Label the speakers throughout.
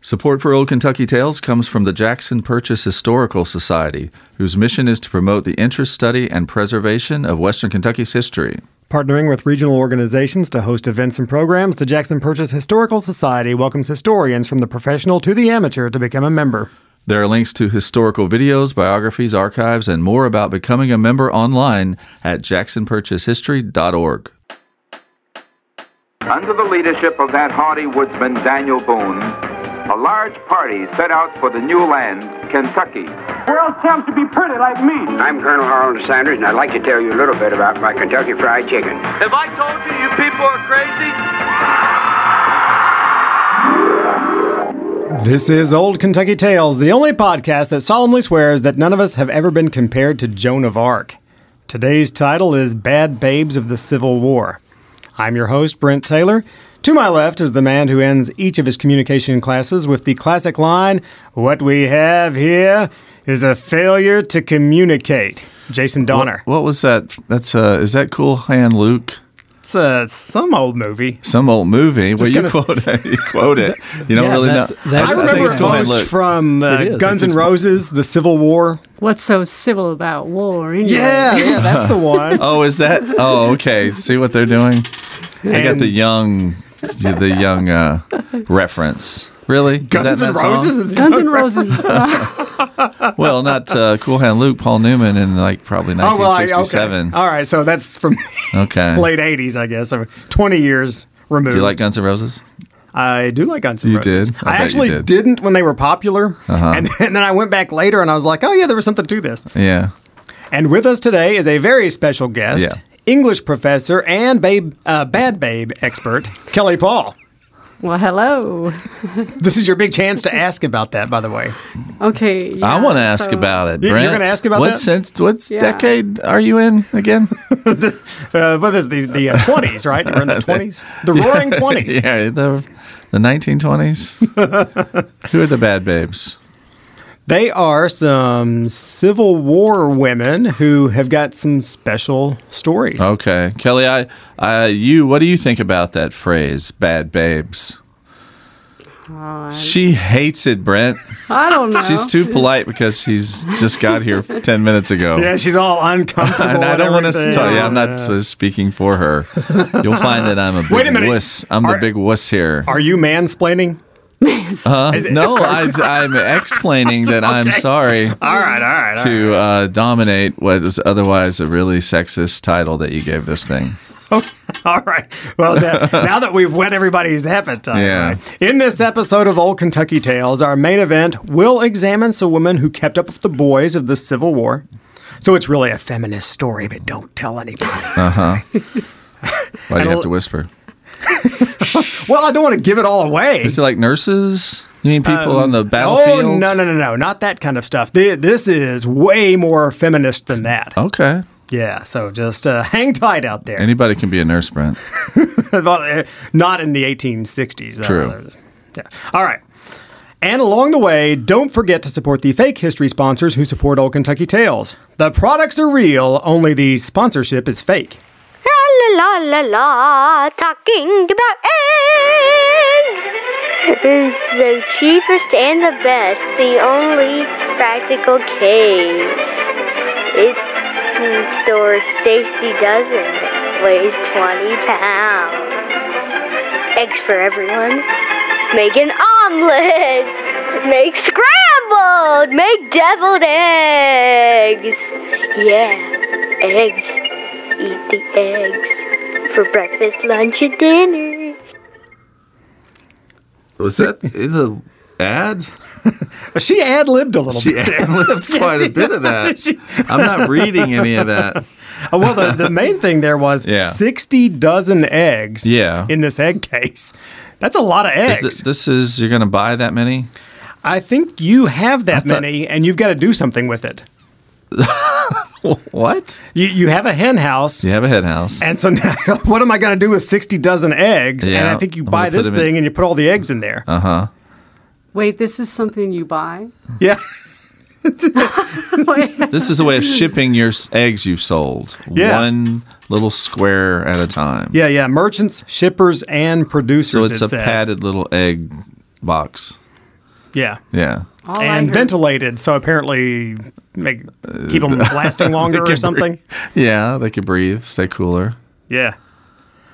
Speaker 1: Support for Old Kentucky Tales comes from the Jackson Purchase Historical Society, whose mission is to promote the interest, study, and preservation of Western Kentucky's history.
Speaker 2: Partnering with regional organizations to host events and programs, the Jackson Purchase Historical Society welcomes historians from the professional to the amateur to become a member.
Speaker 1: There are links to historical videos, biographies, archives, and more about becoming a member online at jacksonpurchasehistory.org.
Speaker 3: Under the leadership of that hardy woodsman, Daniel Boone, a large party set out for the new land, Kentucky.
Speaker 4: World tempts to be pretty like me.
Speaker 5: I'm Colonel Harold Sanders, and I'd like to tell you a little bit about my Kentucky Fried Chicken.
Speaker 6: Have I told you you people are crazy?
Speaker 2: This is Old Kentucky Tales, the only podcast that solemnly swears that none of us have ever been compared to Joan of Arc. Today's title is Bad Babes of the Civil War. I'm your host, Brent Taylor. To my left is the man who ends each of his communication classes with the classic line What we have here is a failure to communicate. Jason Donner.
Speaker 1: What was that? That's uh, is that Cool Hand Luke?
Speaker 2: It's uh, some old movie.
Speaker 1: Some old movie. Well, you
Speaker 2: gonna-
Speaker 1: quote it. You quote it. You don't
Speaker 7: Yeah,
Speaker 1: really
Speaker 7: that-
Speaker 1: know.
Speaker 7: that's-
Speaker 1: I
Speaker 2: I
Speaker 7: think
Speaker 2: remember
Speaker 1: it's
Speaker 2: it
Speaker 1: Cool Hand
Speaker 2: most
Speaker 1: Luke.
Speaker 2: from
Speaker 7: It
Speaker 2: uh,
Speaker 7: is.
Speaker 2: Guns N' Roses, The Civil War.
Speaker 8: What's so civil about war? Anyway?
Speaker 2: Yeah, yeah, that's the one.
Speaker 1: Oh, is that? Oh, okay. See what they're doing. I got
Speaker 2: And-
Speaker 1: the young, the young uh, reference. Really? Is that
Speaker 2: Guns
Speaker 1: in
Speaker 2: N'
Speaker 1: that song?
Speaker 2: Roses is
Speaker 8: Guns N' Roses.
Speaker 1: Well, not uh, Cool Hand Luke, Paul Newman, in like probably
Speaker 2: Oh, well, I- okay.
Speaker 1: 1967.
Speaker 2: All right, so that's from
Speaker 1: okay.
Speaker 2: late 80s, I guess. So 20 years removed.
Speaker 1: Do you like Guns N' Roses?
Speaker 2: I do like Guns N'
Speaker 1: You
Speaker 2: Roses.
Speaker 1: did? I
Speaker 2: I,
Speaker 1: bet you
Speaker 2: actually
Speaker 1: did. Uh-huh.
Speaker 2: not when they were popular. And, then, and then I went back later and I was like, oh, yeah, there was something to this.
Speaker 1: Yeah.
Speaker 2: And with us today is a very special guest,
Speaker 1: Yeah.
Speaker 2: English professor and babe, uh, bad babe expert, Kelly Paul.
Speaker 8: well, hello.
Speaker 2: This is your big chance to ask about that, by the way.
Speaker 8: Okay.
Speaker 1: I
Speaker 8: yeah,
Speaker 1: want to ask
Speaker 8: so-
Speaker 1: about it.
Speaker 2: You- you're
Speaker 1: Brent.
Speaker 2: gonna ask about
Speaker 1: what
Speaker 2: that?
Speaker 1: cent- what
Speaker 8: Yeah.
Speaker 1: decade are you in again?
Speaker 2: Uh, what is the, the uh, 20s, right? You're in the 20s? The roaring 20s.
Speaker 1: yeah, the the 1920s. Who are the bad babes?
Speaker 2: They are some Civil War women who have got some special stories.
Speaker 1: Okay, Kelly, I, I, you, what do you think about that phrase, "bad babes"? She hates it, Brent.
Speaker 8: I don't know.
Speaker 1: She's too polite because she's just got here ten minutes ago.
Speaker 2: Yeah, she's all uncomfortable.
Speaker 1: and I don't want to
Speaker 2: everything. Oh,
Speaker 1: tell you. I'm not uh, speaking for her. You'll find that I'm a big
Speaker 2: Wait a minute.
Speaker 1: wuss. I'm the
Speaker 2: Are-
Speaker 1: big wuss here.
Speaker 2: Are you mansplaining?
Speaker 1: Uh, no, I, I'm explaining that I'm sorry
Speaker 2: All right, all right. all
Speaker 1: to uh, dominate what is otherwise a really sexist title that you gave this thing.
Speaker 2: All right. Well, that, now that we've whet everybody's appetite.
Speaker 1: Yeah.
Speaker 2: right? In this episode of Old Kentucky Tales, our main event will examine some women who kept up with the boys of the Civil War. So it's really a feminist story, but don't tell anybody.
Speaker 1: Uh-huh. Why do you
Speaker 2: I'll-
Speaker 1: have to whisper?
Speaker 2: well, I don't want to give it all away.
Speaker 1: Is it like nurses? You mean people on the battlefield?
Speaker 2: Um, Oh, no, no, no, no. Not that kind of stuff. Th- This is way more feminist than that.
Speaker 1: Okay.
Speaker 2: Yeah, so just uh, hang tight out there.
Speaker 1: Anybody can be a nurse, Brent.
Speaker 2: Well, eh, Not in the 1860s. though.
Speaker 1: True.
Speaker 2: Yeah. All right. And along the way, don't forget to support the fake history sponsors who support Old Kentucky Tales. The products are real, only the sponsorship is fake.
Speaker 9: La la la la la, talking about eggs. The cheapest and the best, the only practical case. It's store safety dozen, weighs 20 pounds. Eggs for everyone. Make an omelet. Make scrambled. Make deviled eggs. Yeah, eggs. Eat the eggs for breakfast, lunch, and dinner.
Speaker 1: Was that in the ad?
Speaker 2: But she ad libbed a little
Speaker 1: She
Speaker 2: bit.
Speaker 1: ad-libbed quite a bit of that. I'm not reading any of that.
Speaker 2: Oh, well, the, the main thing there was
Speaker 1: Yeah.
Speaker 2: 60 dozen eggs
Speaker 1: Yeah.
Speaker 2: in this egg case. That's a lot of eggs.
Speaker 1: Is it, this is you're going to buy that many?
Speaker 2: I think you have that
Speaker 1: thought-
Speaker 2: many, and you've got to do something with it.
Speaker 1: What?
Speaker 2: You, you have a hen house,
Speaker 1: Do you have a head house?
Speaker 2: And so now, what am I going to do with 60 dozen eggs? And
Speaker 1: Yeah,
Speaker 2: I think you
Speaker 1: I'm
Speaker 2: buy
Speaker 1: gonna put
Speaker 2: this
Speaker 1: 'em in-
Speaker 2: thing and you put all the eggs in there.
Speaker 8: Wait, this is something you buy?
Speaker 2: Yeah.
Speaker 8: Wait,
Speaker 1: This is a way of shipping your s- eggs you've sold.
Speaker 2: Yeah.
Speaker 1: One little square at a time.
Speaker 2: Yeah, yeah. Merchants, shippers, and producers.
Speaker 1: So it's
Speaker 2: it
Speaker 1: a
Speaker 2: says.
Speaker 1: padded little egg box.
Speaker 2: Yeah.
Speaker 1: Yeah.
Speaker 8: All I
Speaker 2: and
Speaker 8: heard-
Speaker 2: ventilated, so apparently make keep them lasting longer or something.
Speaker 1: Yeah, they could breathe, stay cooler.
Speaker 2: Yeah,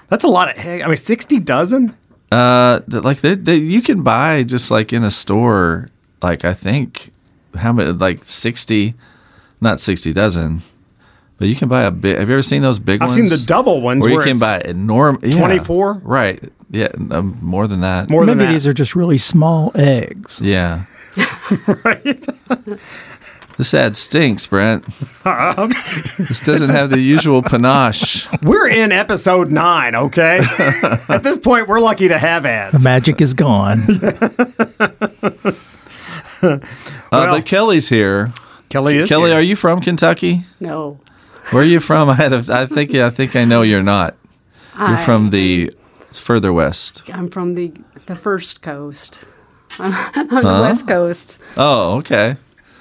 Speaker 2: that's a lot of. Heck, I mean, sixty dozen.
Speaker 1: Uh, th- like they, they, you can buy just like in a store, like I think how many, like sixty, not sixty dozen, but you can buy a big. Have you ever seen those big
Speaker 2: I've
Speaker 1: ones?
Speaker 2: seen the double ones
Speaker 1: Where you
Speaker 2: where
Speaker 1: can
Speaker 2: it's
Speaker 1: buy enormous.
Speaker 2: 24?
Speaker 1: Right. Yeah. Um, more than that.
Speaker 2: More than
Speaker 7: Maybe
Speaker 2: that.
Speaker 7: these are just really small eggs.
Speaker 1: Yeah. right. this ad stinks, Brent. this doesn't have the usual panache. Uh,
Speaker 2: we're in episode nine. Okay, at this point, we're lucky to have
Speaker 7: The
Speaker 2: ads.
Speaker 7: magic is gone.
Speaker 1: Uh, but Kelly's here.
Speaker 2: Kelly is
Speaker 1: Kelly,
Speaker 2: here.
Speaker 1: are you from Kentucky?
Speaker 8: No.
Speaker 1: Where are you from? I had a, I think I think I know you're not. You're from the further west.
Speaker 8: I'm from the the first coast. I'm on the west coast.
Speaker 1: Oh, okay.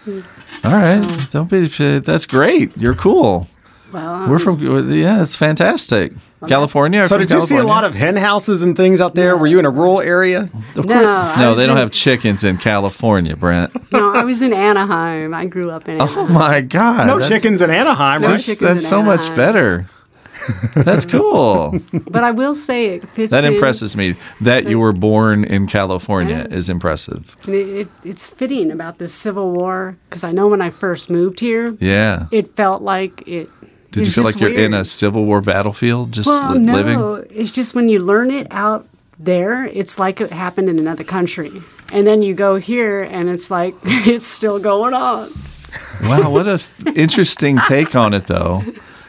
Speaker 1: All right. Don't be. That's great. You're cool.
Speaker 8: Well,
Speaker 1: We're from. Yeah, it's fantastic. California.
Speaker 2: So, did you see a lot of hen houses and things out there? Were you in a rural area?
Speaker 1: Of
Speaker 8: No,
Speaker 1: course.
Speaker 8: I
Speaker 1: No,
Speaker 8: was
Speaker 1: they don't
Speaker 8: in-
Speaker 1: have chickens in California, Brent.
Speaker 8: no, I was in Anaheim. I grew up in Anaheim.
Speaker 1: Oh my God.
Speaker 2: No
Speaker 1: that's-
Speaker 2: chickens in Anaheim, right?
Speaker 1: That's,
Speaker 8: chickens
Speaker 1: that's
Speaker 8: in
Speaker 1: so much
Speaker 8: Anaheim.
Speaker 1: better. That's cool.
Speaker 8: But I will say it fits
Speaker 1: that
Speaker 8: in-
Speaker 1: impresses me. That you were born in California is impressive.
Speaker 8: and it, it, it's fitting about this Civil War because I know when I first moved here,
Speaker 1: Yeah.
Speaker 8: it felt like it.
Speaker 1: Did
Speaker 8: it's
Speaker 1: you feel
Speaker 8: just
Speaker 1: like you're in a
Speaker 8: weird.
Speaker 1: Civil War battlefield, just
Speaker 8: Well,
Speaker 1: li-
Speaker 8: no,
Speaker 1: living?
Speaker 8: it's just when you learn it out there, it's like it happened in another country, and then you go here, and it's like it's still going on.
Speaker 1: Wow, what a f- interesting take on it, though,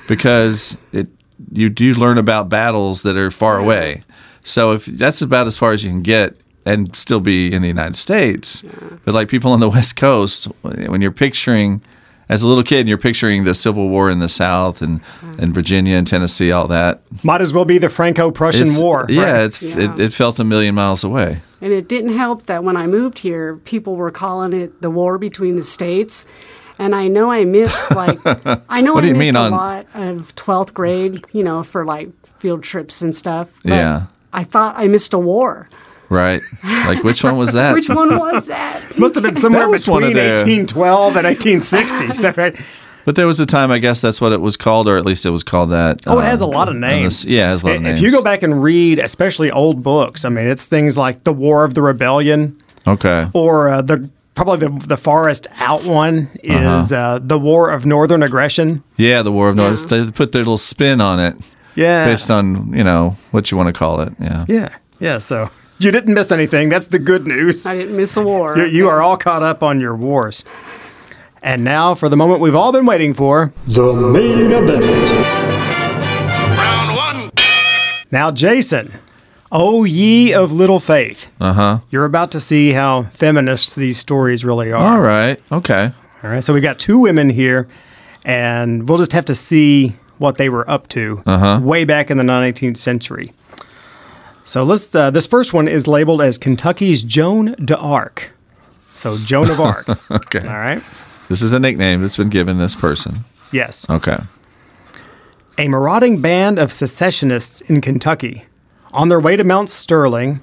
Speaker 1: because it you do learn about battles that are far away. So if that's about as far as you can get and still be in the United States, but like people on the West Coast, when you're picturing as a little kid, and you're picturing the Civil War in the South and and Virginia and Tennessee, all that.
Speaker 2: Might as well be the
Speaker 1: It's-
Speaker 2: Franco-Prussian War.
Speaker 1: yeah,
Speaker 2: right?
Speaker 1: it's, It, it felt a million miles away.
Speaker 8: And it didn't help that when I moved here, people were calling it the war between the states. And I know I missed like I know
Speaker 1: What do
Speaker 8: I
Speaker 1: you
Speaker 8: missed
Speaker 1: mean
Speaker 8: a
Speaker 1: on-
Speaker 8: lot of twelfth grade, you know, for like field trips and stuff. But
Speaker 1: Yeah.
Speaker 8: I thought I missed a war.
Speaker 1: Right? Like which one was that?
Speaker 8: Which one was that?
Speaker 2: must have been somewhere
Speaker 1: was one of
Speaker 2: between
Speaker 1: the-
Speaker 2: 1812 and 1860. Is that right?
Speaker 1: But there was a time, I guess that's what it was called, or at least it was called that. um,
Speaker 2: Oh, it has a lot of names.
Speaker 1: yeah, Uh, it has a lot of names.
Speaker 2: If you go back and read, especially old books, I mean, it's things like the War of the Rebellion,
Speaker 1: okay,
Speaker 2: or uh, the probably the, the farthest out one
Speaker 1: Uh-huh.
Speaker 2: is uh the War of Northern Aggression.
Speaker 1: yeah, the War of North, they put their little spin on it
Speaker 2: Yeah,
Speaker 1: based on you know what you want to call it. Yeah,
Speaker 2: yeah, yeah. So you didn't miss anything. That's the good news.
Speaker 8: I didn't miss a war.
Speaker 2: You, you are all caught up on your wars. And now for the moment we've all been waiting for.
Speaker 10: The main event.
Speaker 6: Round one.
Speaker 2: Now, Jason, O ye of little faith. Uh huh. You're about to see how feminist these stories really are.
Speaker 1: all right, okay,
Speaker 2: All right, so we got two women here, and we'll just have to see what they were up to way back in the 19th century. So let's. Uh, this first one is labeled as Kentucky's Joan d'Arc. So Joan of Arc. All
Speaker 1: okay.
Speaker 2: right.
Speaker 1: This is a nickname that's been given this person.
Speaker 2: Yes.
Speaker 1: Okay,
Speaker 2: A marauding band of secessionists in Kentucky, on their way to Mount Sterling,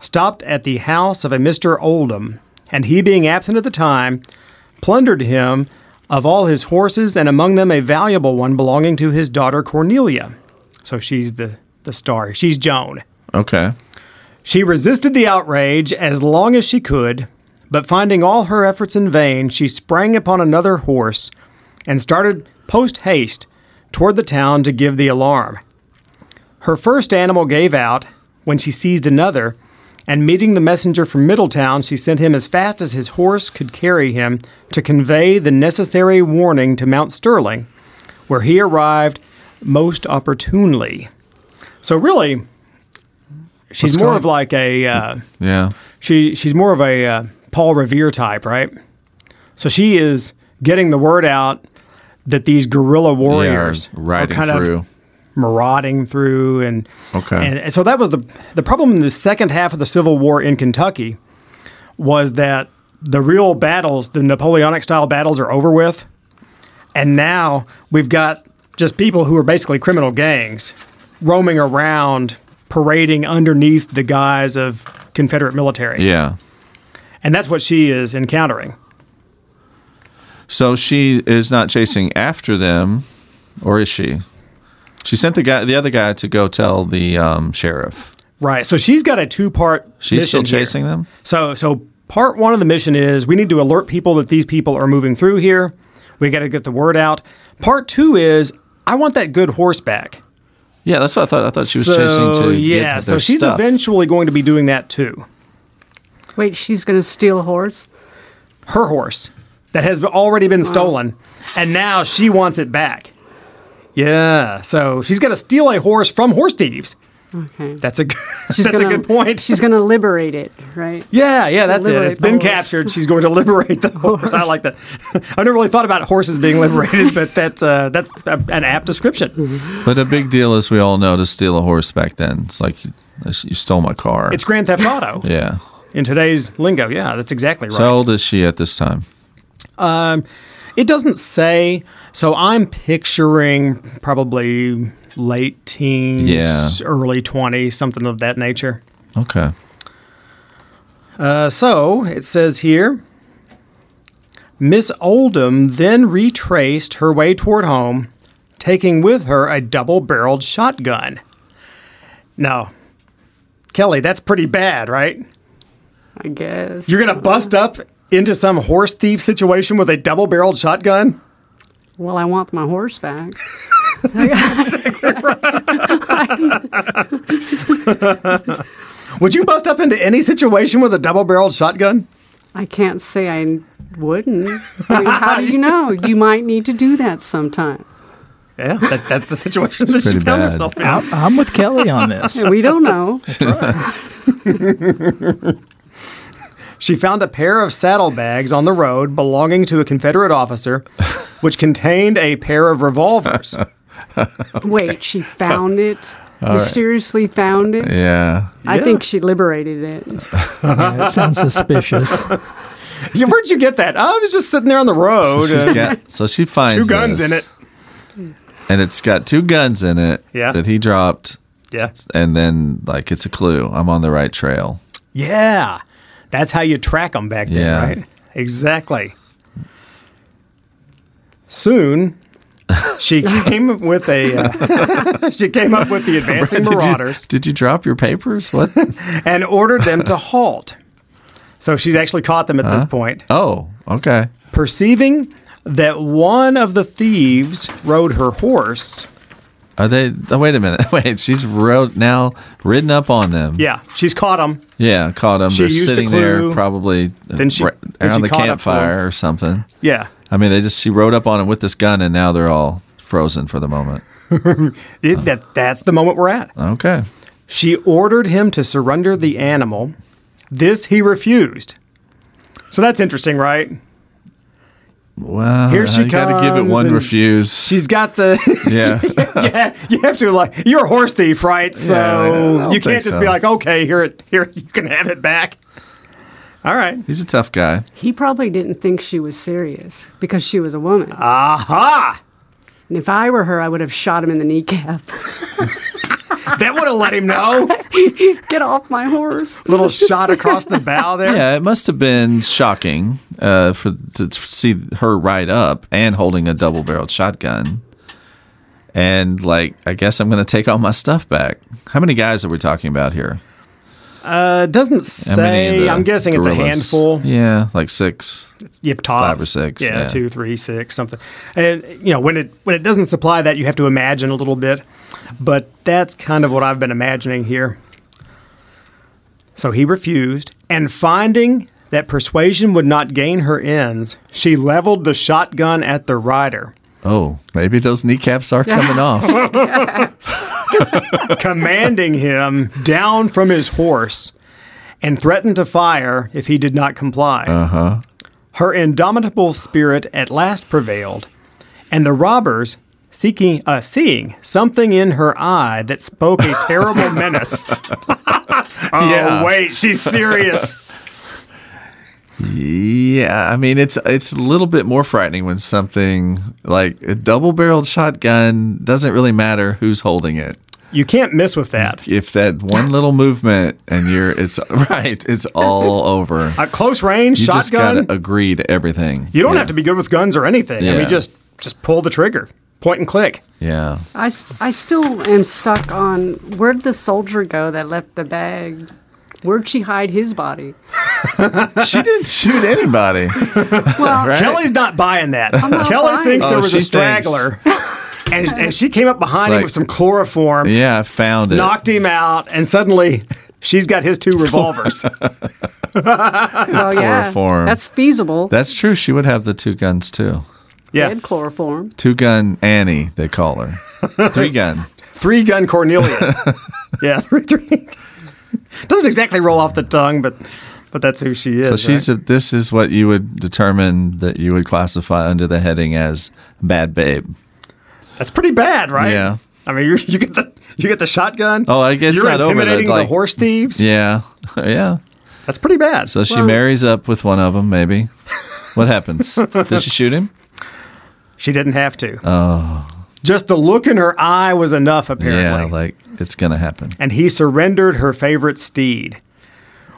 Speaker 2: stopped at the house of a Mr. Oldham, and he being absent at the time, plundered him of all his horses and among them a valuable one belonging to his daughter Cornelia. So she's the, the star. She's Joan.
Speaker 1: okay,
Speaker 2: She resisted the outrage as long as she could, but finding all her efforts in vain, she sprang upon another horse and started post haste toward the town to give the alarm. Her first animal gave out when she seized another, and meeting the messenger from Middletown, she sent him as fast as his horse could carry him to convey the necessary warning to Mount Sterling, where he arrived most opportunely. So, really, she's
Speaker 1: What's
Speaker 2: more
Speaker 1: going-
Speaker 2: of like a. Uh,
Speaker 1: yeah,
Speaker 2: she she's more of a uh, Paul Revere type, right? So she is getting the word out that these guerrilla warriors
Speaker 1: yeah, riding
Speaker 2: are kind
Speaker 1: through.
Speaker 2: of marauding through, and
Speaker 1: Okay.
Speaker 2: and, and so that was the the problem in the second half of the Civil War in Kentucky was that the real battles, the Napoleonic style battles, are over with, and now we've got just people who are basically criminal gangs roaming around, parading underneath the guise of Confederate military.
Speaker 1: yeah,
Speaker 2: And that's what she is encountering.
Speaker 1: So she is not chasing after them, or is she? She sent the guy, the other guy, to go tell the um, sheriff.
Speaker 2: Right. So she's got a two part
Speaker 1: She's still chasing them.
Speaker 2: So so part one of the mission is we need to alert people that these people are moving through here. We got to get the word out. Part two is I want that good horseback.
Speaker 1: Yeah, that's what I thought. I thought she was
Speaker 2: so,
Speaker 1: chasing to
Speaker 2: yeah.
Speaker 1: get
Speaker 2: So
Speaker 1: their
Speaker 2: she's
Speaker 1: stuff.
Speaker 2: eventually going to be doing that too.
Speaker 8: Wait, she's going to steal a horse?
Speaker 2: Her horse that has already been stolen, and now she wants it back. Yeah. So she's got to steal a horse from horse thieves.
Speaker 8: Okay.
Speaker 2: That's a g-
Speaker 8: She's
Speaker 2: that's
Speaker 8: gonna-
Speaker 2: a good point.
Speaker 8: She's going to liberate it, right?
Speaker 2: Yeah, yeah, that's it.
Speaker 8: liberate
Speaker 2: It's
Speaker 8: the
Speaker 2: been
Speaker 8: horse.
Speaker 2: captured. She's going to liberate the horse. I
Speaker 8: Horse.
Speaker 2: like that. I've never really thought about horses being liberated, but that's uh, that's a, an apt description.
Speaker 1: But a big deal, as we all know, to steal a horse back then. It's like you, you stole my car.
Speaker 2: It's Grand Theft Auto
Speaker 1: yeah.
Speaker 2: in today's lingo. Yeah, that's exactly right. Um,
Speaker 1: So how old is she at this time?
Speaker 2: it doesn't say. So I'm picturing probably late teens,
Speaker 1: Yeah.
Speaker 2: early 20s, something of that nature.
Speaker 1: Okay.
Speaker 2: Uh, so it says here Miss Oldham then retraced her way toward home, taking with her a double barreled shotgun. Now, Kelly, that's pretty bad, right?
Speaker 8: I guess.
Speaker 2: You're going to bust up into some horse thief situation with a double barreled shotgun?
Speaker 8: Well, I want my horse back.
Speaker 2: Would you bust up into any situation with a double barreled shotgun?
Speaker 8: I can't say I wouldn't. I mean, how do you know? You might need to do that sometime.
Speaker 2: Yeah, that, that's the situation that she
Speaker 1: pretty
Speaker 2: found
Speaker 1: bad.
Speaker 2: herself in.
Speaker 7: I'm, I'm with Kelly on this.
Speaker 8: We don't know.
Speaker 2: She found a pair of saddlebags on the road belonging to a Confederate officer, which contained a pair of revolvers.
Speaker 8: Wait, she found it. Mysteriously found it.
Speaker 1: Yeah.
Speaker 8: I
Speaker 2: Yeah.
Speaker 8: think she liberated it.
Speaker 7: Yeah, it sounds suspicious.
Speaker 2: Yeah, Where'd you get that? I was just sitting there on the road.
Speaker 1: So,
Speaker 2: uh,
Speaker 1: she's got- so she finds
Speaker 2: Two guns
Speaker 1: this,
Speaker 2: in it.
Speaker 1: and it's got two guns in it.
Speaker 2: Yeah.
Speaker 1: That he dropped,
Speaker 2: Yeah.
Speaker 1: and then like it's a clue. I'm on the right trail.
Speaker 2: Yeah. That's how you track them back then,
Speaker 1: Yeah.
Speaker 2: right? Exactly. Soon, she came with a. Uh, she came up with the advancing
Speaker 1: Did you-
Speaker 2: marauders
Speaker 1: Did you, drop your papers? What?
Speaker 2: and ordered them to halt. So she's actually caught them at this point.
Speaker 1: oh, okay.
Speaker 2: Perceiving that one of the thieves rode her horse.
Speaker 1: Are they? Oh, wait a minute. Wait, she's rode now ridden up on them.
Speaker 2: Yeah, she's caught them.
Speaker 1: Yeah, caught them.
Speaker 2: She
Speaker 1: They're
Speaker 2: used a
Speaker 1: sitting
Speaker 2: clue.
Speaker 1: there, probably uh,
Speaker 2: Then she-
Speaker 1: ra-
Speaker 2: then
Speaker 1: around the
Speaker 2: she caught up to them.
Speaker 1: campfire or something.
Speaker 2: Yeah.
Speaker 1: I mean, they just she rode up on him with this gun, and now they're all frozen for the moment.
Speaker 2: It- that, that's the moment we're at.
Speaker 1: Okay.
Speaker 2: She ordered him to surrender the animal. This he refused. So that's interesting, right?
Speaker 1: Wow.
Speaker 2: Here she
Speaker 1: you Got to give it
Speaker 2: comes
Speaker 1: one
Speaker 2: and
Speaker 1: refuse.
Speaker 2: She's got the
Speaker 1: yeah.
Speaker 2: yeah. You have to like you're a horse thief, right?
Speaker 1: Yeah, I
Speaker 2: So
Speaker 1: don't
Speaker 2: you can't
Speaker 1: think
Speaker 2: just
Speaker 1: so.
Speaker 2: be like, okay, here it here you can have it back. All right.
Speaker 1: He's a tough guy.
Speaker 8: He probably didn't think she was serious because she was a woman.
Speaker 2: Ah. Aha!
Speaker 8: and if I were her, I would have shot him in the kneecap.
Speaker 2: That would have let him know.
Speaker 8: Get off my horse.
Speaker 2: Little shot across the bow there.
Speaker 1: Yeah, it must have been shocking uh, for to see her ride up and holding a double-barreled shotgun. And like, I guess I'm going to take all my stuff back. How many guys are we talking about here?
Speaker 2: Uh, it doesn't
Speaker 1: How many of
Speaker 2: say.
Speaker 1: the
Speaker 2: I'm guessing it's a
Speaker 1: gorillas?
Speaker 2: handful.
Speaker 1: Yeah, like six.
Speaker 2: Yep, tops.
Speaker 1: Five or six,
Speaker 2: Yeah,
Speaker 1: yeah.
Speaker 2: two, three, six, something. And you know, when it when it doesn't supply that, you have to imagine a little bit. But that's kind of what I've been imagining here. So he refused, and finding that persuasion would not gain her ends, she leveled the shotgun at the rider,
Speaker 1: Oh, maybe those kneecaps are coming off.
Speaker 2: commanding him down from his horse, and threatened to fire if he did not comply.
Speaker 1: Uh-huh.
Speaker 2: Her indomitable spirit at last prevailed, and the robbers, seeking uh, seeing something in her eye that spoke a terrible menace. oh
Speaker 1: Yeah.
Speaker 2: wait, she's serious.
Speaker 1: Yeah, I mean it's it's a little bit more frightening when something like a double-barreled shotgun doesn't really matter who's holding it.
Speaker 2: You can't miss with that.
Speaker 1: If that one little movement and you're, it's right, it's all over.
Speaker 2: At close range,
Speaker 1: You just
Speaker 2: shotgun,
Speaker 1: gotta agree to everything.
Speaker 2: you don't have to be good with guns or anything. I
Speaker 1: Yeah.
Speaker 2: mean, just just pull the trigger, point and click.
Speaker 1: Yeah.
Speaker 8: I, s- I still am stuck on where'd the soldier go that left the bag? Where'd she hide his body?
Speaker 1: she didn't shoot anybody.
Speaker 8: Well,
Speaker 1: Right?
Speaker 2: Kelly's not buying that.
Speaker 8: not
Speaker 2: Kelly
Speaker 8: buying
Speaker 2: thinks
Speaker 8: it.
Speaker 2: there
Speaker 1: Oh,
Speaker 2: was
Speaker 1: she
Speaker 2: a
Speaker 1: thinks.
Speaker 2: straggler, and, and she came up behind him
Speaker 1: like-
Speaker 2: with some chloroform,
Speaker 1: Yeah, I found it.
Speaker 2: knocked him out, and suddenly she's got his two revolvers.
Speaker 8: well, yeah,
Speaker 1: chloroform.
Speaker 8: that's feasible.
Speaker 1: That's true. She would have the two guns too.
Speaker 8: They
Speaker 2: yeah,
Speaker 8: had chloroform.
Speaker 1: Two gun Annie, they call her. Three gun.
Speaker 2: three gun Cornelia. yeah, three three. Doesn't exactly roll off the tongue, but but that's who she is.
Speaker 1: So she's a, this is what you would determine that you would classify under the heading as bad babe.
Speaker 2: right? that's pretty bad, right?
Speaker 1: Yeah.
Speaker 2: I mean, you're, you get the you get the shotgun.
Speaker 1: Oh, I guess
Speaker 2: you're
Speaker 1: not over that,
Speaker 2: intimidating the
Speaker 1: like-
Speaker 2: horse thieves.
Speaker 1: Yeah. Yeah.
Speaker 2: That's pretty bad.
Speaker 1: So she
Speaker 8: Well-
Speaker 1: marries up with one of them, maybe. What happens? Did she shoot him?
Speaker 2: She didn't have to. Oh. Just the look in her eye was enough, apparently.
Speaker 1: Yeah, like it's gonna happen.
Speaker 2: and he surrendered her favorite steed.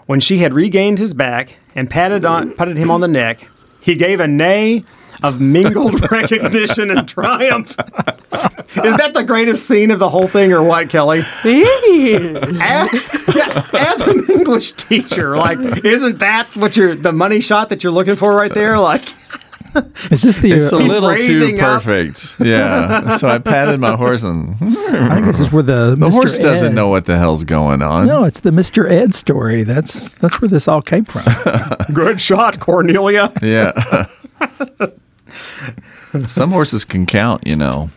Speaker 2: When she had regained his back and patted, on, patted him on the neck, he gave a neigh of mingled recognition and triumph. Is that the greatest scene of the whole thing, or what, Kelly?
Speaker 8: Hey,
Speaker 2: As, yeah, as an English teacher, like, isn't that what you're the money shot that you're looking for right there? Like,
Speaker 7: Is this the?
Speaker 1: It's a
Speaker 7: I
Speaker 1: little too
Speaker 2: raising up.
Speaker 1: perfect. Yeah. So I patted my horse and
Speaker 7: think this is where the
Speaker 1: the horse doesn't know what the hell's going on.
Speaker 7: No, it's the Mr. Ed story. That's that's where this all came from.
Speaker 2: good shot, Cornelia.
Speaker 1: Yeah. Some horses can count, you know.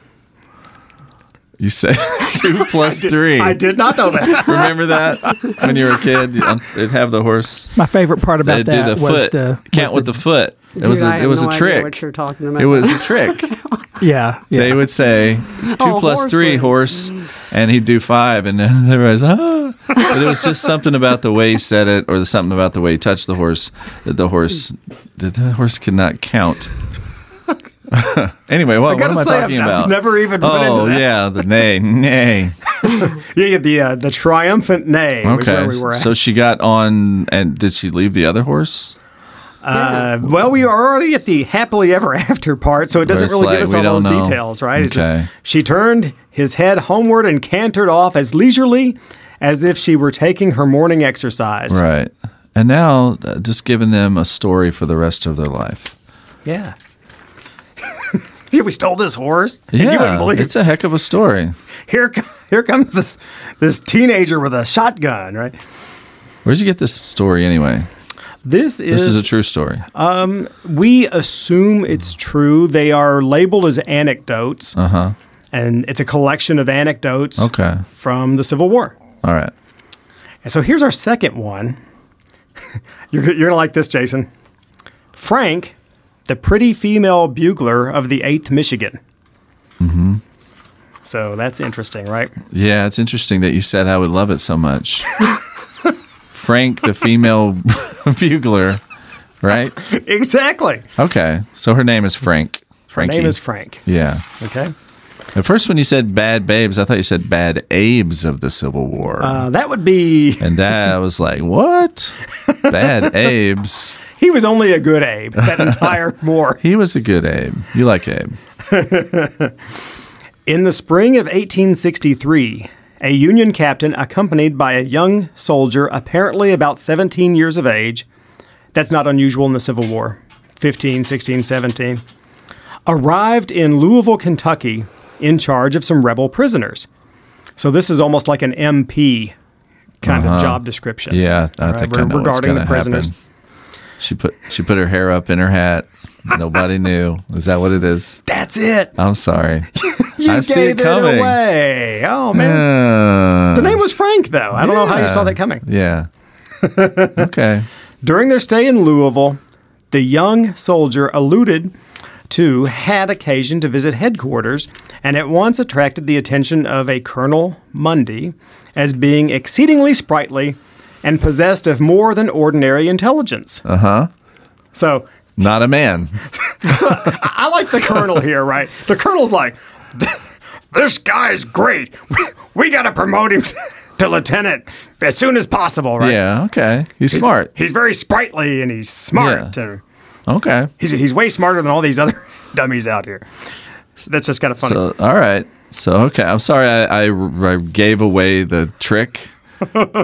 Speaker 1: You say two plus three.
Speaker 2: I did not know that.
Speaker 1: Remember that when you were a kid? You- um, They'd have the horse.
Speaker 7: My favorite part
Speaker 1: They'd
Speaker 7: about
Speaker 1: do the
Speaker 7: that was
Speaker 1: foot
Speaker 7: the
Speaker 1: count
Speaker 7: was
Speaker 1: with the, foot. It was
Speaker 8: dude, I
Speaker 1: a, it
Speaker 8: have
Speaker 1: was
Speaker 8: no
Speaker 1: a
Speaker 8: idea
Speaker 1: trick.
Speaker 8: What you're talking about?
Speaker 1: It was a trick.
Speaker 7: the yeah, yeah.
Speaker 1: They would say two
Speaker 8: Oh,
Speaker 1: plus
Speaker 8: horse
Speaker 1: three
Speaker 8: whip.
Speaker 1: horse, and he'd do five, and then everybody's ah. But it was just something about the way he said it, or something about the way he touched the horse that the horse that the horse could not count. anyway, what, what
Speaker 2: gotta
Speaker 1: am I
Speaker 2: say, I've-
Speaker 1: talking
Speaker 2: I've
Speaker 1: about?
Speaker 2: never even
Speaker 1: oh,
Speaker 2: run into that.
Speaker 1: yeah, the nay, nay.
Speaker 2: Yeah, yeah, the uh, the triumphant neigh was
Speaker 1: Okay,
Speaker 2: where we were at.
Speaker 1: so she got on, and did she leave the other horse?
Speaker 2: Uh, well, we are already at the happily ever after part, so it doesn't
Speaker 1: it's
Speaker 2: really
Speaker 1: like,
Speaker 2: give us
Speaker 1: we
Speaker 2: all
Speaker 1: don't
Speaker 2: those
Speaker 1: know.
Speaker 2: details, right? It's
Speaker 1: Okay.
Speaker 2: just, she turned his head homeward and cantered off as leisurely as if she were taking her morning exercise.
Speaker 1: Right, and now uh, just giving them a story for the rest of their life.
Speaker 2: Yeah. yeah, we stole this horse. and you wouldn't
Speaker 1: Yeah,
Speaker 2: believe
Speaker 1: it's a heck of a story.
Speaker 2: here, co- here comes this this teenager with a shotgun, right?
Speaker 1: Where'd you get this story anyway?
Speaker 2: This is, Uh,
Speaker 1: This is a true story.
Speaker 2: we assume it's true. They are labeled as anecdotes,
Speaker 1: Uh huh.
Speaker 2: and it's a collection of anecdotes
Speaker 1: Okay.
Speaker 2: from the Civil War.
Speaker 1: All right.
Speaker 2: And so here's our second one. you're you're gonna like this, Jason. Frank, the pretty female bugler of the Eighth Michigan. Mm-hmm. So that's interesting, right?
Speaker 1: Yeah, it's interesting that you said I would love it so much. Frank, the female bugler, right?
Speaker 2: exactly.
Speaker 1: Okay. So her name is Frank. Frankie.
Speaker 2: Name is Frank.
Speaker 1: Yeah.
Speaker 2: Okay.
Speaker 1: At first, when you said bad babes, I thought you said bad Abes of the Civil War.
Speaker 2: Uh, that would be.
Speaker 1: and that I was like, what? Bad Abes.
Speaker 2: He was only a good Abe that entire war.
Speaker 1: He was a good Abe. You like Abe.
Speaker 2: In the spring of 1863, a Union captain accompanied by a young soldier apparently about 17 years of age, that's not unusual in the Civil War, 15, 16, 17, arrived in Louisville, Kentucky in charge of some rebel prisoners. So this is almost like an MP kind of job description.
Speaker 1: Uh-huh. Yeah, I
Speaker 2: Right,
Speaker 1: think I
Speaker 2: re-
Speaker 1: know what's
Speaker 2: regarding
Speaker 1: going
Speaker 2: the
Speaker 1: to
Speaker 2: prisoners.
Speaker 1: happen. She put she put her hair up in her hat. Nobody knew. Is that what it is?
Speaker 2: That's it.
Speaker 1: I'm sorry.
Speaker 2: You
Speaker 1: I
Speaker 2: gave
Speaker 1: see it coming.
Speaker 2: away. Oh man.
Speaker 1: Uh,
Speaker 2: the name was Frank though. I don't know how you saw
Speaker 1: yeah.
Speaker 2: that coming.
Speaker 1: Yeah. okay.
Speaker 2: During their stay in Louisville, the young soldier alluded to had occasion to visit headquarters and at once attracted the attention of a Colonel Mundy as being exceedingly sprightly and possessed of more than ordinary intelligence. Uh huh.
Speaker 1: Uh-huh.
Speaker 2: So
Speaker 1: Not a man.
Speaker 2: I I like the colonel here, right? The colonel's like, this guy's great. We, we got to promote him to lieutenant as soon as possible, right?
Speaker 1: Yeah. Okay. He's,
Speaker 2: He's-
Speaker 1: smart.
Speaker 2: He's very sprightly and he's smart.
Speaker 1: Yeah.
Speaker 2: And
Speaker 1: Okay.
Speaker 2: he's, he's way smarter than all these other dummies out here. That's just kind of funny.
Speaker 1: So all right. So okay. I'm sorry. I, I, I gave away the trick,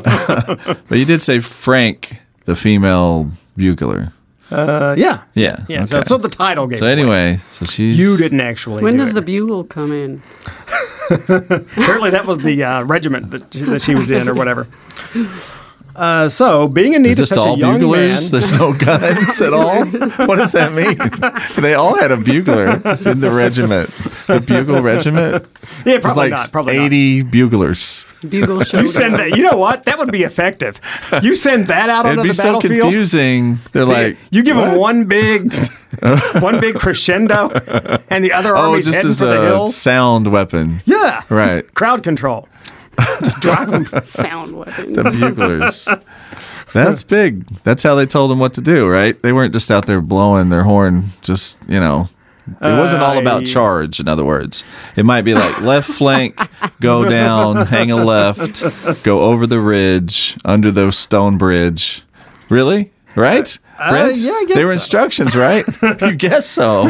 Speaker 1: but you did say Frank, the female bugler.
Speaker 2: Uh, yeah.
Speaker 1: Yeah.
Speaker 2: Yeah.
Speaker 1: okay.
Speaker 2: So,
Speaker 1: So,
Speaker 2: so the title gave away.
Speaker 1: anyway, so she's
Speaker 2: You didn't actually.
Speaker 8: When
Speaker 2: do
Speaker 8: does
Speaker 2: it.
Speaker 8: the bugle come in?
Speaker 2: Apparently, that was the uh, regiment that she, that she was in, or whatever. Uh, so, being in need of
Speaker 1: Just
Speaker 2: such a
Speaker 1: all
Speaker 2: young
Speaker 1: buglers.
Speaker 2: man,
Speaker 1: There's no guns at all. What does that mean? they all had a bugler It's in the regiment, the bugle regiment.
Speaker 2: yeah,
Speaker 1: It's
Speaker 2: probably
Speaker 1: like
Speaker 2: not. Probably not.
Speaker 1: 80 buglers.
Speaker 8: Bugle show.
Speaker 2: You send that. You know what? That would be effective. You send that out
Speaker 1: It'd
Speaker 2: onto
Speaker 1: be
Speaker 2: Oh, the
Speaker 1: so
Speaker 2: battlefield.
Speaker 1: confusing. They're like,
Speaker 2: you give them one big, one big crescendo, and the other
Speaker 1: oh,
Speaker 2: army's
Speaker 1: just
Speaker 2: heading
Speaker 1: as
Speaker 2: for the
Speaker 1: a
Speaker 2: hills.
Speaker 1: sound weapon.
Speaker 2: Yeah,
Speaker 1: Right.
Speaker 2: Crowd control. Just drive them.
Speaker 8: sound weapon.
Speaker 1: The buglers. That's big. That's how they told them what to do, right? They weren't just out there blowing their horn, just, you know. It wasn't all about charge, in other words. It might be like left flank, go down, hang a left, go over the ridge, under the stone bridge. Really? Right? Brent?
Speaker 2: yeah, I guess
Speaker 1: They were
Speaker 2: so.
Speaker 1: instructions, right? you guess so.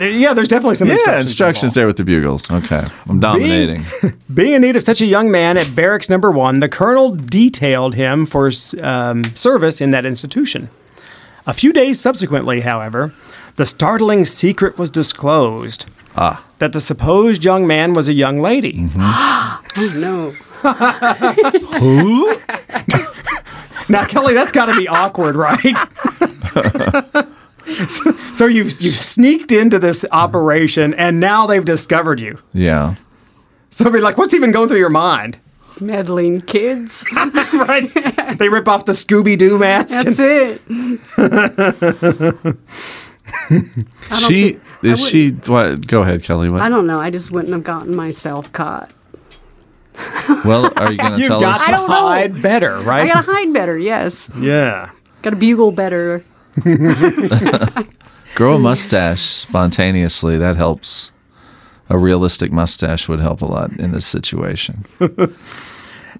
Speaker 2: Yeah, there's definitely some
Speaker 1: yeah,
Speaker 2: instructions.
Speaker 1: instructions there with the bugles. Okay. I'm dominating.
Speaker 2: Being in need of such a young man at barracks number one, the colonel detailed him for um, service in that institution. A few days subsequently, however, the startling secret was disclosed
Speaker 1: Ah.
Speaker 2: that the supposed young man was a young lady.
Speaker 1: Mm-hmm.
Speaker 8: Oh, no.
Speaker 2: Now, Kelly, that's got to be awkward, right? so, so you've you've sneaked into this operation, and now they've discovered you.
Speaker 1: Yeah.
Speaker 2: So, be like, what's even going through your mind?
Speaker 8: Meddling kids.
Speaker 2: right? They rip off the Scooby Doo mask. and
Speaker 8: That's it.
Speaker 1: She is she what go ahead, Kelly. What
Speaker 8: I don't know. I just wouldn't have gotten myself caught.
Speaker 1: Well, are you going to
Speaker 2: You've
Speaker 1: tell
Speaker 2: got
Speaker 1: us?
Speaker 2: to
Speaker 8: don't know.
Speaker 2: hide better,
Speaker 8: I
Speaker 2: right?
Speaker 8: gotta hide better, yes.
Speaker 2: Yeah.
Speaker 8: Gotta bugle better.
Speaker 1: Grow a mustache spontaneously. That helps. A realistic mustache would help a lot in this situation.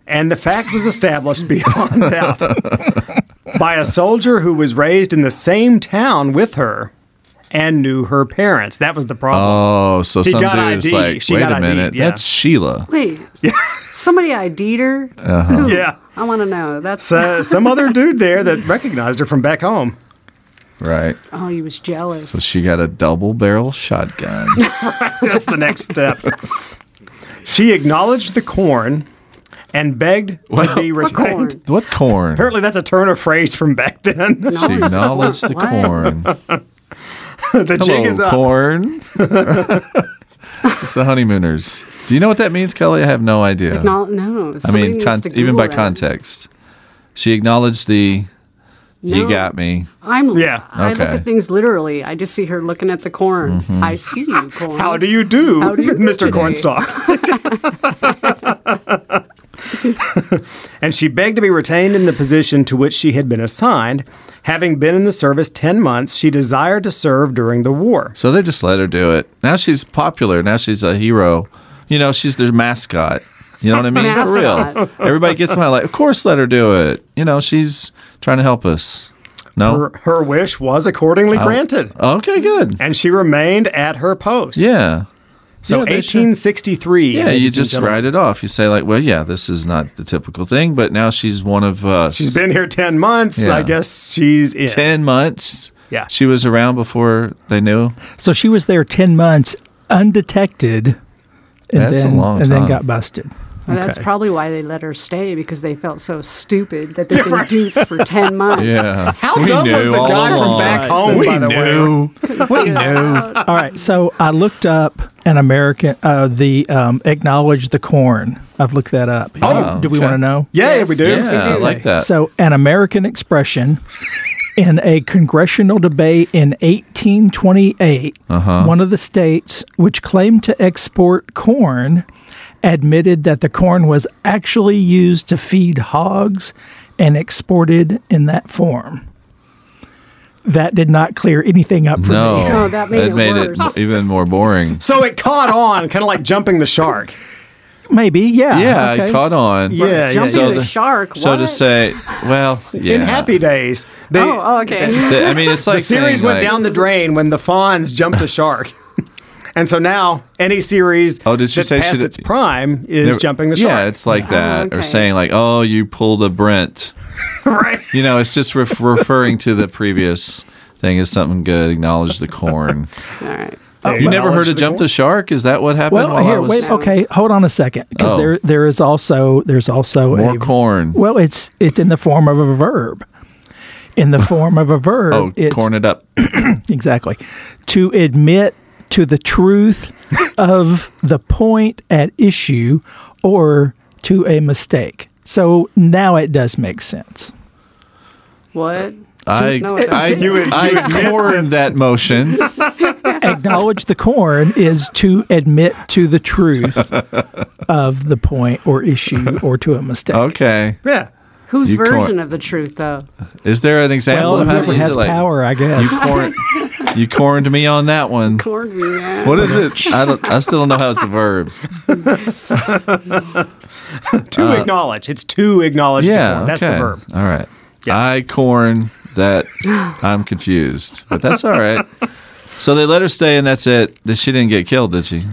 Speaker 2: And the fact was established beyond doubt by a soldier who was raised in the same town with her and knew her parents. That was the problem.
Speaker 1: Oh, so
Speaker 2: He
Speaker 1: some
Speaker 2: got
Speaker 1: dude is
Speaker 2: ID'd.
Speaker 1: like,
Speaker 2: She
Speaker 1: wait
Speaker 2: got
Speaker 1: a minute,
Speaker 2: ID'd, yeah.
Speaker 1: that's Sheila.
Speaker 8: Wait, somebody ID'd her?
Speaker 2: Yeah.
Speaker 8: I wanna know. That's.
Speaker 2: So, some other dude there that recognized her from back home.
Speaker 1: Right.
Speaker 8: oh, he was jealous.
Speaker 1: So she got a double barrel shotgun.
Speaker 2: That's the next step. She acknowledged the corn and begged to be
Speaker 8: What corn?
Speaker 2: retained.
Speaker 1: what corn?
Speaker 2: Apparently, that's a turn of phrase from back then.
Speaker 1: She acknowledged the
Speaker 8: What?
Speaker 1: corn.
Speaker 2: the jig is
Speaker 1: Hello,
Speaker 2: up.
Speaker 1: corn. it's the honeymooners. Do you know what that means, Kelly? I have no idea.
Speaker 8: No, no.
Speaker 1: I
Speaker 8: somebody
Speaker 1: mean,
Speaker 8: needs
Speaker 1: con-
Speaker 8: to
Speaker 1: even by
Speaker 8: Google that.
Speaker 1: context. She acknowledged the, you
Speaker 8: No.
Speaker 1: got me.
Speaker 8: I'm
Speaker 2: Yeah.
Speaker 8: I look
Speaker 1: Okay.
Speaker 8: at things literally. I just see her looking at the corn.
Speaker 1: Mm-hmm.
Speaker 8: I see you, corn.
Speaker 2: Hmm? How do you do,
Speaker 8: How do you do
Speaker 2: Mr.
Speaker 8: today?
Speaker 2: Cornstalk? and she begged to be retained in the position to which she had been assigned. Having been in the service 10 months, she desired to serve during the war.
Speaker 1: So they just let her do it. Now she's popular. Now she's a hero. You know, she's their mascot. You know what I mean? For real.
Speaker 8: Mascot.
Speaker 1: Everybody gets my like, of course, let her do it. You know, she's trying to help us. No?
Speaker 2: Her, her wish was accordingly granted,
Speaker 1: Okay, good.
Speaker 2: and she remained at her post.
Speaker 1: Yeah.
Speaker 2: so
Speaker 1: yeah, they should-
Speaker 2: 1863.
Speaker 1: Yeah,
Speaker 2: ladies
Speaker 1: you
Speaker 2: and
Speaker 1: just
Speaker 2: gentlemen.
Speaker 1: write it off. You say, like, well, yeah, this is not the typical thing, but now she's one of us.
Speaker 2: She's been here 10 months.
Speaker 1: Yeah.
Speaker 2: I guess she's in.
Speaker 1: 10 months.
Speaker 2: Yeah.
Speaker 1: She was around before they knew.
Speaker 7: So she was there 10 months undetected. And
Speaker 1: That's a
Speaker 7: then,
Speaker 1: long
Speaker 7: And then
Speaker 1: time.
Speaker 7: got busted.
Speaker 8: Well, That's probably why they let her stay because they felt so stupid that they've been duped for ten months.
Speaker 1: Yeah.
Speaker 2: How dumb was
Speaker 1: knew
Speaker 2: the
Speaker 1: all
Speaker 2: guy from
Speaker 1: along.
Speaker 2: back home, by the way?
Speaker 1: We knew.
Speaker 7: All right. So I looked up an American, uh, the um, Acknowledge the Corn. I've looked that up.
Speaker 1: Oh,
Speaker 7: do we
Speaker 1: okay.
Speaker 7: want to know?
Speaker 2: Yeah,
Speaker 8: Yes.
Speaker 2: we do.
Speaker 8: Yes,
Speaker 1: Yeah, I
Speaker 8: do.
Speaker 1: like that.
Speaker 7: So, an American expression in a congressional debate in 1828,
Speaker 1: Uh-huh.
Speaker 7: one of the states which claimed to export corn admitted that the corn was actually used to feed hogs and exported in that form. that did not clear anything up for
Speaker 1: No,
Speaker 7: me.
Speaker 2: Oh,
Speaker 8: No, that made it
Speaker 1: it
Speaker 8: worse.
Speaker 1: even more boring.
Speaker 2: So it caught on, kind of like jumping the shark.
Speaker 7: Maybe, yeah.
Speaker 1: Yeah,
Speaker 7: okay.
Speaker 1: it caught on.
Speaker 2: Yeah, yeah.
Speaker 8: Jumping
Speaker 1: So
Speaker 8: the,
Speaker 1: the-
Speaker 8: shark.
Speaker 1: So to
Speaker 8: what?
Speaker 1: say, well, yeah.
Speaker 2: In Happy Days, they,
Speaker 8: Oh, oh, okay.
Speaker 1: The- I mean, it's like
Speaker 2: the series
Speaker 1: saying,
Speaker 2: went
Speaker 1: like,
Speaker 2: down the drain when the fawns jumped a shark. And so now any series
Speaker 1: Oh, did she
Speaker 2: that's
Speaker 1: say she
Speaker 2: past
Speaker 1: did-
Speaker 2: its prime is
Speaker 1: Never-
Speaker 2: jumping the
Speaker 1: Yeah,
Speaker 2: shark.
Speaker 1: it's like that, or
Speaker 8: okay.
Speaker 1: saying like, "Oh, you pulled a Brent."
Speaker 2: right.
Speaker 1: You know, it's just ref- referring to the previous thing as something good. Acknowledge the corn.
Speaker 8: All right.
Speaker 1: you never heard
Speaker 2: Oh, Acknowledge
Speaker 1: of
Speaker 2: the
Speaker 1: jump
Speaker 2: corn?
Speaker 1: the shark? Is that what happened?
Speaker 7: Well,
Speaker 1: while I
Speaker 7: here,
Speaker 1: was-
Speaker 7: wait. Okay, hold on a second, because
Speaker 1: Oh.
Speaker 7: there there is also there's also
Speaker 1: more
Speaker 7: a,
Speaker 1: corn.
Speaker 7: Well, it's it's in the form of a verb. In the form of a verb,
Speaker 1: oh,
Speaker 7: it's
Speaker 1: corn it up.
Speaker 7: exactly to admit to the truth of the point at issue or to a mistake. So now it does make sense.
Speaker 8: What?
Speaker 1: I
Speaker 8: No, it
Speaker 1: I,
Speaker 8: doesn't. You
Speaker 1: I corned that motion.
Speaker 7: Acknowledge the corn is to admit to the truth of the point or issue or to a mistake.
Speaker 1: Okay,
Speaker 2: Yeah.
Speaker 8: Whose
Speaker 1: You
Speaker 8: version
Speaker 1: can't-
Speaker 8: of the truth, though?
Speaker 1: is there an example
Speaker 7: Well,
Speaker 1: of how to
Speaker 7: whoever
Speaker 1: use
Speaker 7: has
Speaker 1: it? Like,
Speaker 7: power, I
Speaker 1: You
Speaker 7: guess.
Speaker 1: corn, you corned me on that one.
Speaker 8: Corned me, yeah.
Speaker 1: What is it? I don't. I still don't know how it's a verb.
Speaker 2: To acknowledge. It's to acknowledge. the
Speaker 1: Uh, Yeah,
Speaker 2: corn. That's
Speaker 1: okay.
Speaker 2: the verb.
Speaker 1: All right. I corn that I'm confused, but that's all right. So they let her stay, and that's it. That she didn't get killed, did she?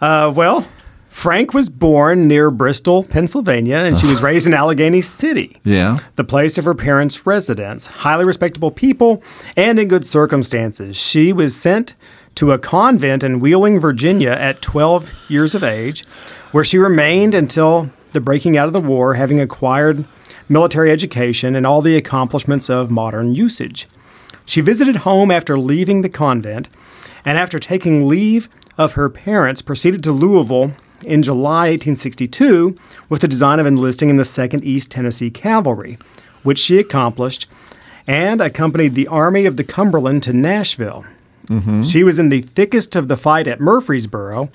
Speaker 2: Uh, well, Frank was born near Bristol, Pennsylvania, and she was raised in Allegheny City,
Speaker 1: Yeah.
Speaker 2: the place of her parents' residence. Highly respectable people and in good circumstances. She was sent to a convent in Wheeling, Virginia at 12 years of age, where she remained until the breaking out of the war, having acquired military education and all the accomplishments of modern usage. She visited home after leaving the convent and after taking leave of her parents proceeded to Louisville in July 1862 with the design of enlisting in the 2nd East Tennessee Cavalry, which she accomplished and accompanied the Army of the Cumberland to Nashville. She was in the thickest of the fight at Murfreesboro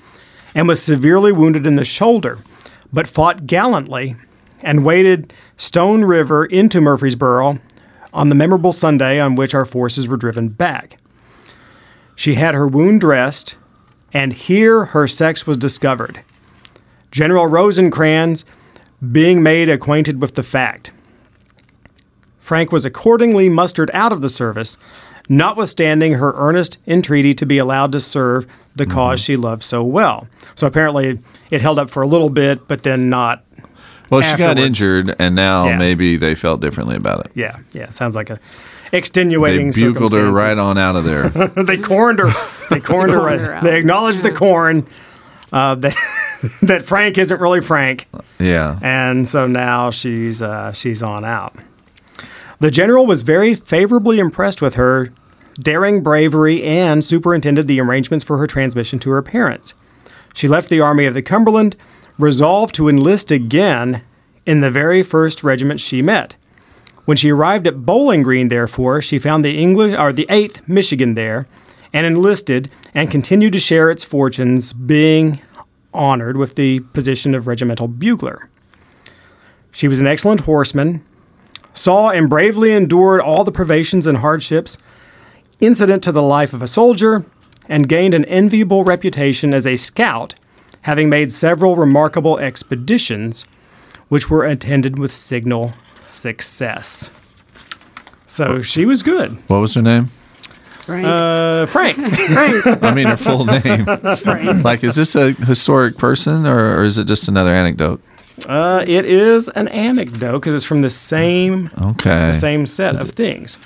Speaker 2: and was severely wounded in the shoulder, but fought gallantly and waded Stone River into Murfreesboro on the memorable Sunday on which our forces were driven back. She had her wound dressed, and here her sex was discovered. General Rosecrans being made acquainted with the fact. Frank was accordingly mustered out of the service, notwithstanding her earnest entreaty to be allowed to serve the
Speaker 1: Mm-hmm.
Speaker 2: cause she loved so well. So apparently it held up for a little bit, but then not.
Speaker 1: Well, she got
Speaker 2: Afterwards.
Speaker 1: injured, and now
Speaker 2: Yeah.
Speaker 1: maybe they felt differently about it.
Speaker 2: Yeah, yeah, sounds like a
Speaker 1: They
Speaker 2: extenuating
Speaker 1: bugled her
Speaker 2: circumstances.
Speaker 1: right on out of there.
Speaker 2: they corned her. They corned her.
Speaker 8: corned her
Speaker 2: right-
Speaker 8: out.
Speaker 2: they acknowledged the corn uh, that that Frank isn't really Frank,
Speaker 1: Yeah.
Speaker 2: and so now she's uh, she's on out. The general was very favorably impressed with her daring bravery and superintended the arrangements for her transmission to her parents. She left the Army of the Cumberland, resolved to enlist again in the very first regiment she met. When she arrived at Bowling Green, therefore, she found the English or the Eighth Michigan there, and enlisted and continued to share its fortunes, being honored with the position of regimental bugler. She was an excellent horseman, saw and bravely endured all the privations and hardships incident to the life of a soldier, and gained an enviable reputation as a scout, having made several remarkable expeditions, which were attended with signal success. So she was good.
Speaker 1: What was her name?
Speaker 8: Frank.
Speaker 2: Uh, Frank.
Speaker 8: Frank.
Speaker 1: I mean, her full name.
Speaker 8: Frank.
Speaker 1: Like, is this a historic person, or, or is it just another anecdote?
Speaker 2: Uh, it is an anecdote because it's from the same
Speaker 1: Okay.
Speaker 2: same Um, set of things.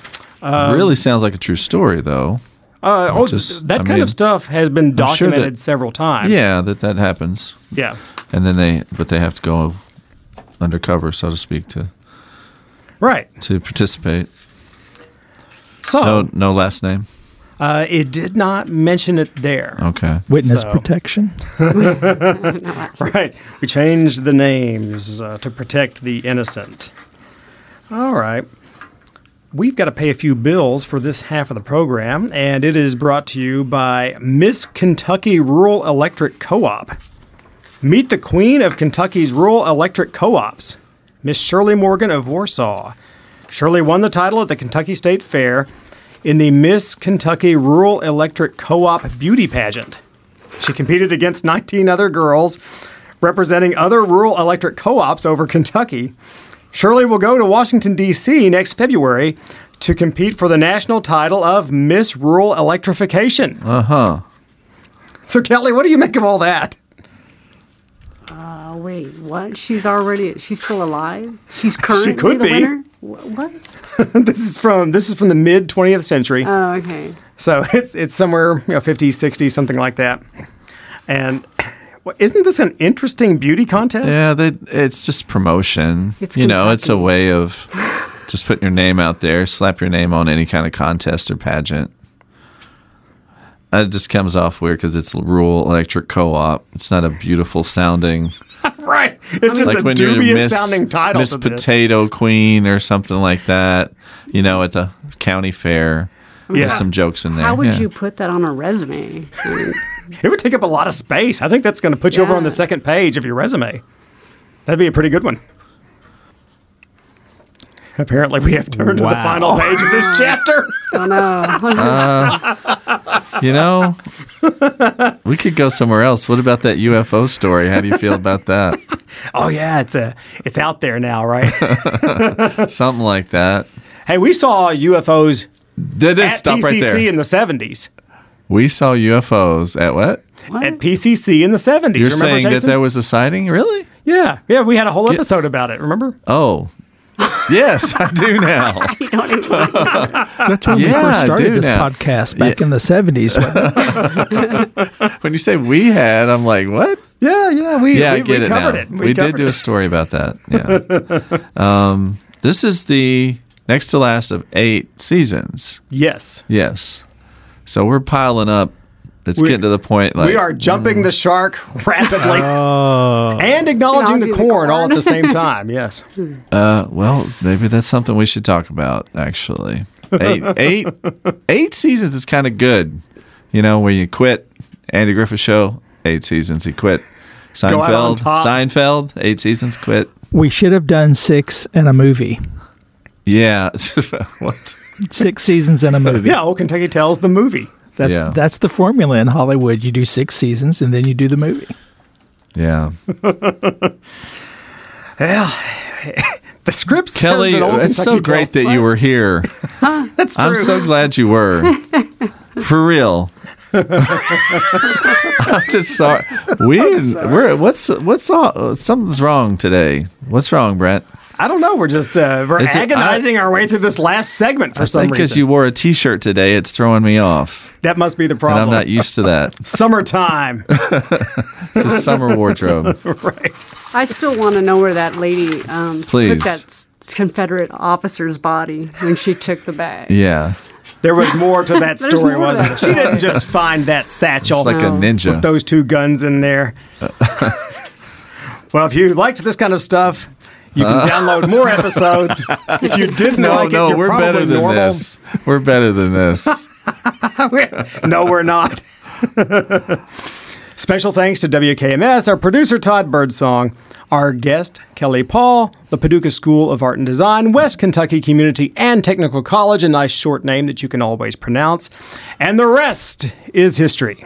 Speaker 1: really sounds like a true story, though.
Speaker 2: Uh, oh,
Speaker 1: Just-
Speaker 2: that
Speaker 1: I
Speaker 2: kind
Speaker 1: mean,
Speaker 2: of stuff has been
Speaker 1: I'm sure that-
Speaker 2: documented several times.
Speaker 1: Yeah, that that happens.
Speaker 2: yeah.
Speaker 1: and then they but they have to go undercover so to speak to
Speaker 2: Right.
Speaker 1: to participate
Speaker 2: So
Speaker 1: no no last name
Speaker 2: uh, it did not mention it there.
Speaker 1: okay
Speaker 7: Witness
Speaker 2: So-
Speaker 7: protection.
Speaker 2: Right. We changed the names uh, to protect the innocent. All right. We've got to pay a few bills for this half of the program, and it is brought to you by Miss Kentucky Rural Electric Co op. Meet the Queen of Kentucky's Rural Electric Co ops, Miss Shirley Morgan of Warsaw. Shirley won the title at the Kentucky State Fair in the Miss Kentucky Rural Electric Co op Beauty Pageant. She competed against 19 other girls representing other rural electric co ops over Kentucky. Shirley will go to Washington, D.C. next February to compete for the national title of Miss Rural Electrification.
Speaker 1: Uh huh.
Speaker 2: So, Kelly, what do you make of all that?
Speaker 8: Uh, wait, what? She's already, she's still alive? She's currently
Speaker 2: could
Speaker 8: the
Speaker 2: be.
Speaker 8: winner? Wh- What?
Speaker 2: this is from this is from the mid 20th century.
Speaker 8: Oh, okay.
Speaker 2: So it's it's somewhere you know 50, 60, something like that. And well, isn't this an interesting beauty contest?
Speaker 1: Yeah, they, it's just promotion.
Speaker 2: It's
Speaker 1: you know, it's a
Speaker 2: Kentucky.
Speaker 1: way of just putting your name out there, slap your name on any kind of contest or pageant. And It just comes off weird because it's rural electric co-op. It's not a beautiful sounding.
Speaker 2: right. It's just a
Speaker 1: you're
Speaker 2: dubious sounding title
Speaker 1: Miss
Speaker 2: to this.
Speaker 1: Potato Queen or something like that. You know, at the county fair.
Speaker 2: Yeah.
Speaker 1: There's some jokes in there.
Speaker 8: How would
Speaker 1: yeah.
Speaker 8: you put that on a resume?
Speaker 2: It would take up a lot of space. I think that's going to put you over on the second page of your resume. That'd be a pretty good one. Apparently, we have turned to the
Speaker 1: Wow.
Speaker 2: final page of this chapter.
Speaker 8: oh, no.
Speaker 1: Uh, you know, we could go somewhere else. What about that UFO story? How do you feel about that?
Speaker 2: oh yeah, it's a it's out there now, right?
Speaker 1: Something like that.
Speaker 2: hey, we saw UFOs
Speaker 1: Did
Speaker 2: at
Speaker 1: stop
Speaker 2: PCC
Speaker 1: right there?
Speaker 2: in the seventies.
Speaker 1: we saw UFOs at what?
Speaker 2: At PCC in the 70s
Speaker 1: You're
Speaker 2: remember,
Speaker 1: saying that
Speaker 2: Jason?
Speaker 1: there was a sighting? Really?
Speaker 2: Yeah, yeah, we had a whole episode about it. Remember?
Speaker 1: Oh, yes, I do now.
Speaker 7: That's when we
Speaker 1: Yeah,
Speaker 7: first
Speaker 1: I do
Speaker 7: started this
Speaker 1: now.
Speaker 7: podcast back in the 70s. wasn't it?
Speaker 1: When you say we had, I'm like, what?
Speaker 2: Yeah, yeah, we
Speaker 1: yeah,
Speaker 2: we,
Speaker 1: I get
Speaker 2: we
Speaker 1: it
Speaker 2: covered
Speaker 1: now.
Speaker 2: it.
Speaker 1: We, did
Speaker 2: covered
Speaker 1: do a
Speaker 2: it.
Speaker 1: story about that. Yeah. um, this is the next to last of eight seasons.
Speaker 2: Yes,
Speaker 1: Yes. So we're piling up. It's
Speaker 2: We-
Speaker 1: getting to the point. Like
Speaker 2: we are jumping the shark rapidly and acknowledging the
Speaker 8: Acknowledging the
Speaker 2: corn all at
Speaker 8: corn.
Speaker 2: the same time. Yes.
Speaker 1: Uh, well, maybe that's something we should talk about. Actually, eight, eight, eight seasons is kind of good. You know, when you quit Andy Griffith show, eight seasons he quit.
Speaker 2: Go out
Speaker 1: Seinfeld,
Speaker 2: on top.
Speaker 1: Seinfeld, eight seasons quit.
Speaker 7: We should have done six and a movie,
Speaker 1: Yeah, what?
Speaker 7: six seasons and a movie.
Speaker 2: Yeah, Old Kentucky Tales, the movie.
Speaker 7: That's
Speaker 1: Yeah.
Speaker 7: that's the formula in Hollywood. You do six seasons and then you do the movie.
Speaker 1: Yeah,
Speaker 2: The script says
Speaker 1: Kelly,
Speaker 2: that Old
Speaker 1: it's
Speaker 2: Kentucky
Speaker 1: so great
Speaker 2: Tales-
Speaker 1: that you were here.
Speaker 2: That's true.
Speaker 1: I'm so glad you were. For real. I'm just sorry. We didn't, we're what's what's all, something's wrong today. What's wrong, Brett?
Speaker 2: I don't know. We're just uh, we're
Speaker 1: It's a-
Speaker 2: agonizing our way through this last segment for some
Speaker 1: Because
Speaker 2: reason.
Speaker 1: you wore a T-shirt today, it's throwing me off,
Speaker 2: that must be the
Speaker 1: and I'm
Speaker 2: problem.
Speaker 1: not used to that.
Speaker 2: Summertime.
Speaker 1: It's a summer wardrobe.
Speaker 8: I still want to know where that lady um,
Speaker 1: Please.
Speaker 8: put that s- Confederate officer's body when she took the bag.
Speaker 1: Yeah,
Speaker 2: there was more to that
Speaker 8: There's
Speaker 2: story,
Speaker 8: more to
Speaker 2: wasn't
Speaker 8: that
Speaker 2: there? She didn't just find that satchel.
Speaker 1: it's like a
Speaker 2: with
Speaker 1: ninja.
Speaker 2: those two guns in there. well, if you liked this kind of stuff, you can download more episodes. If you didn't
Speaker 1: Uh. No,
Speaker 2: like it,
Speaker 1: no,
Speaker 2: you're
Speaker 1: we're
Speaker 2: probably
Speaker 1: better than
Speaker 2: normal.
Speaker 1: this. We're better than this.
Speaker 2: no, we're not. Special thanks to WKMS, our producer Todd Birdsong, our guest Kelly Paul, the Paducah School of Art and Design, West Kentucky Community and Technical College, a nice short name that you can always pronounce. And the rest is history.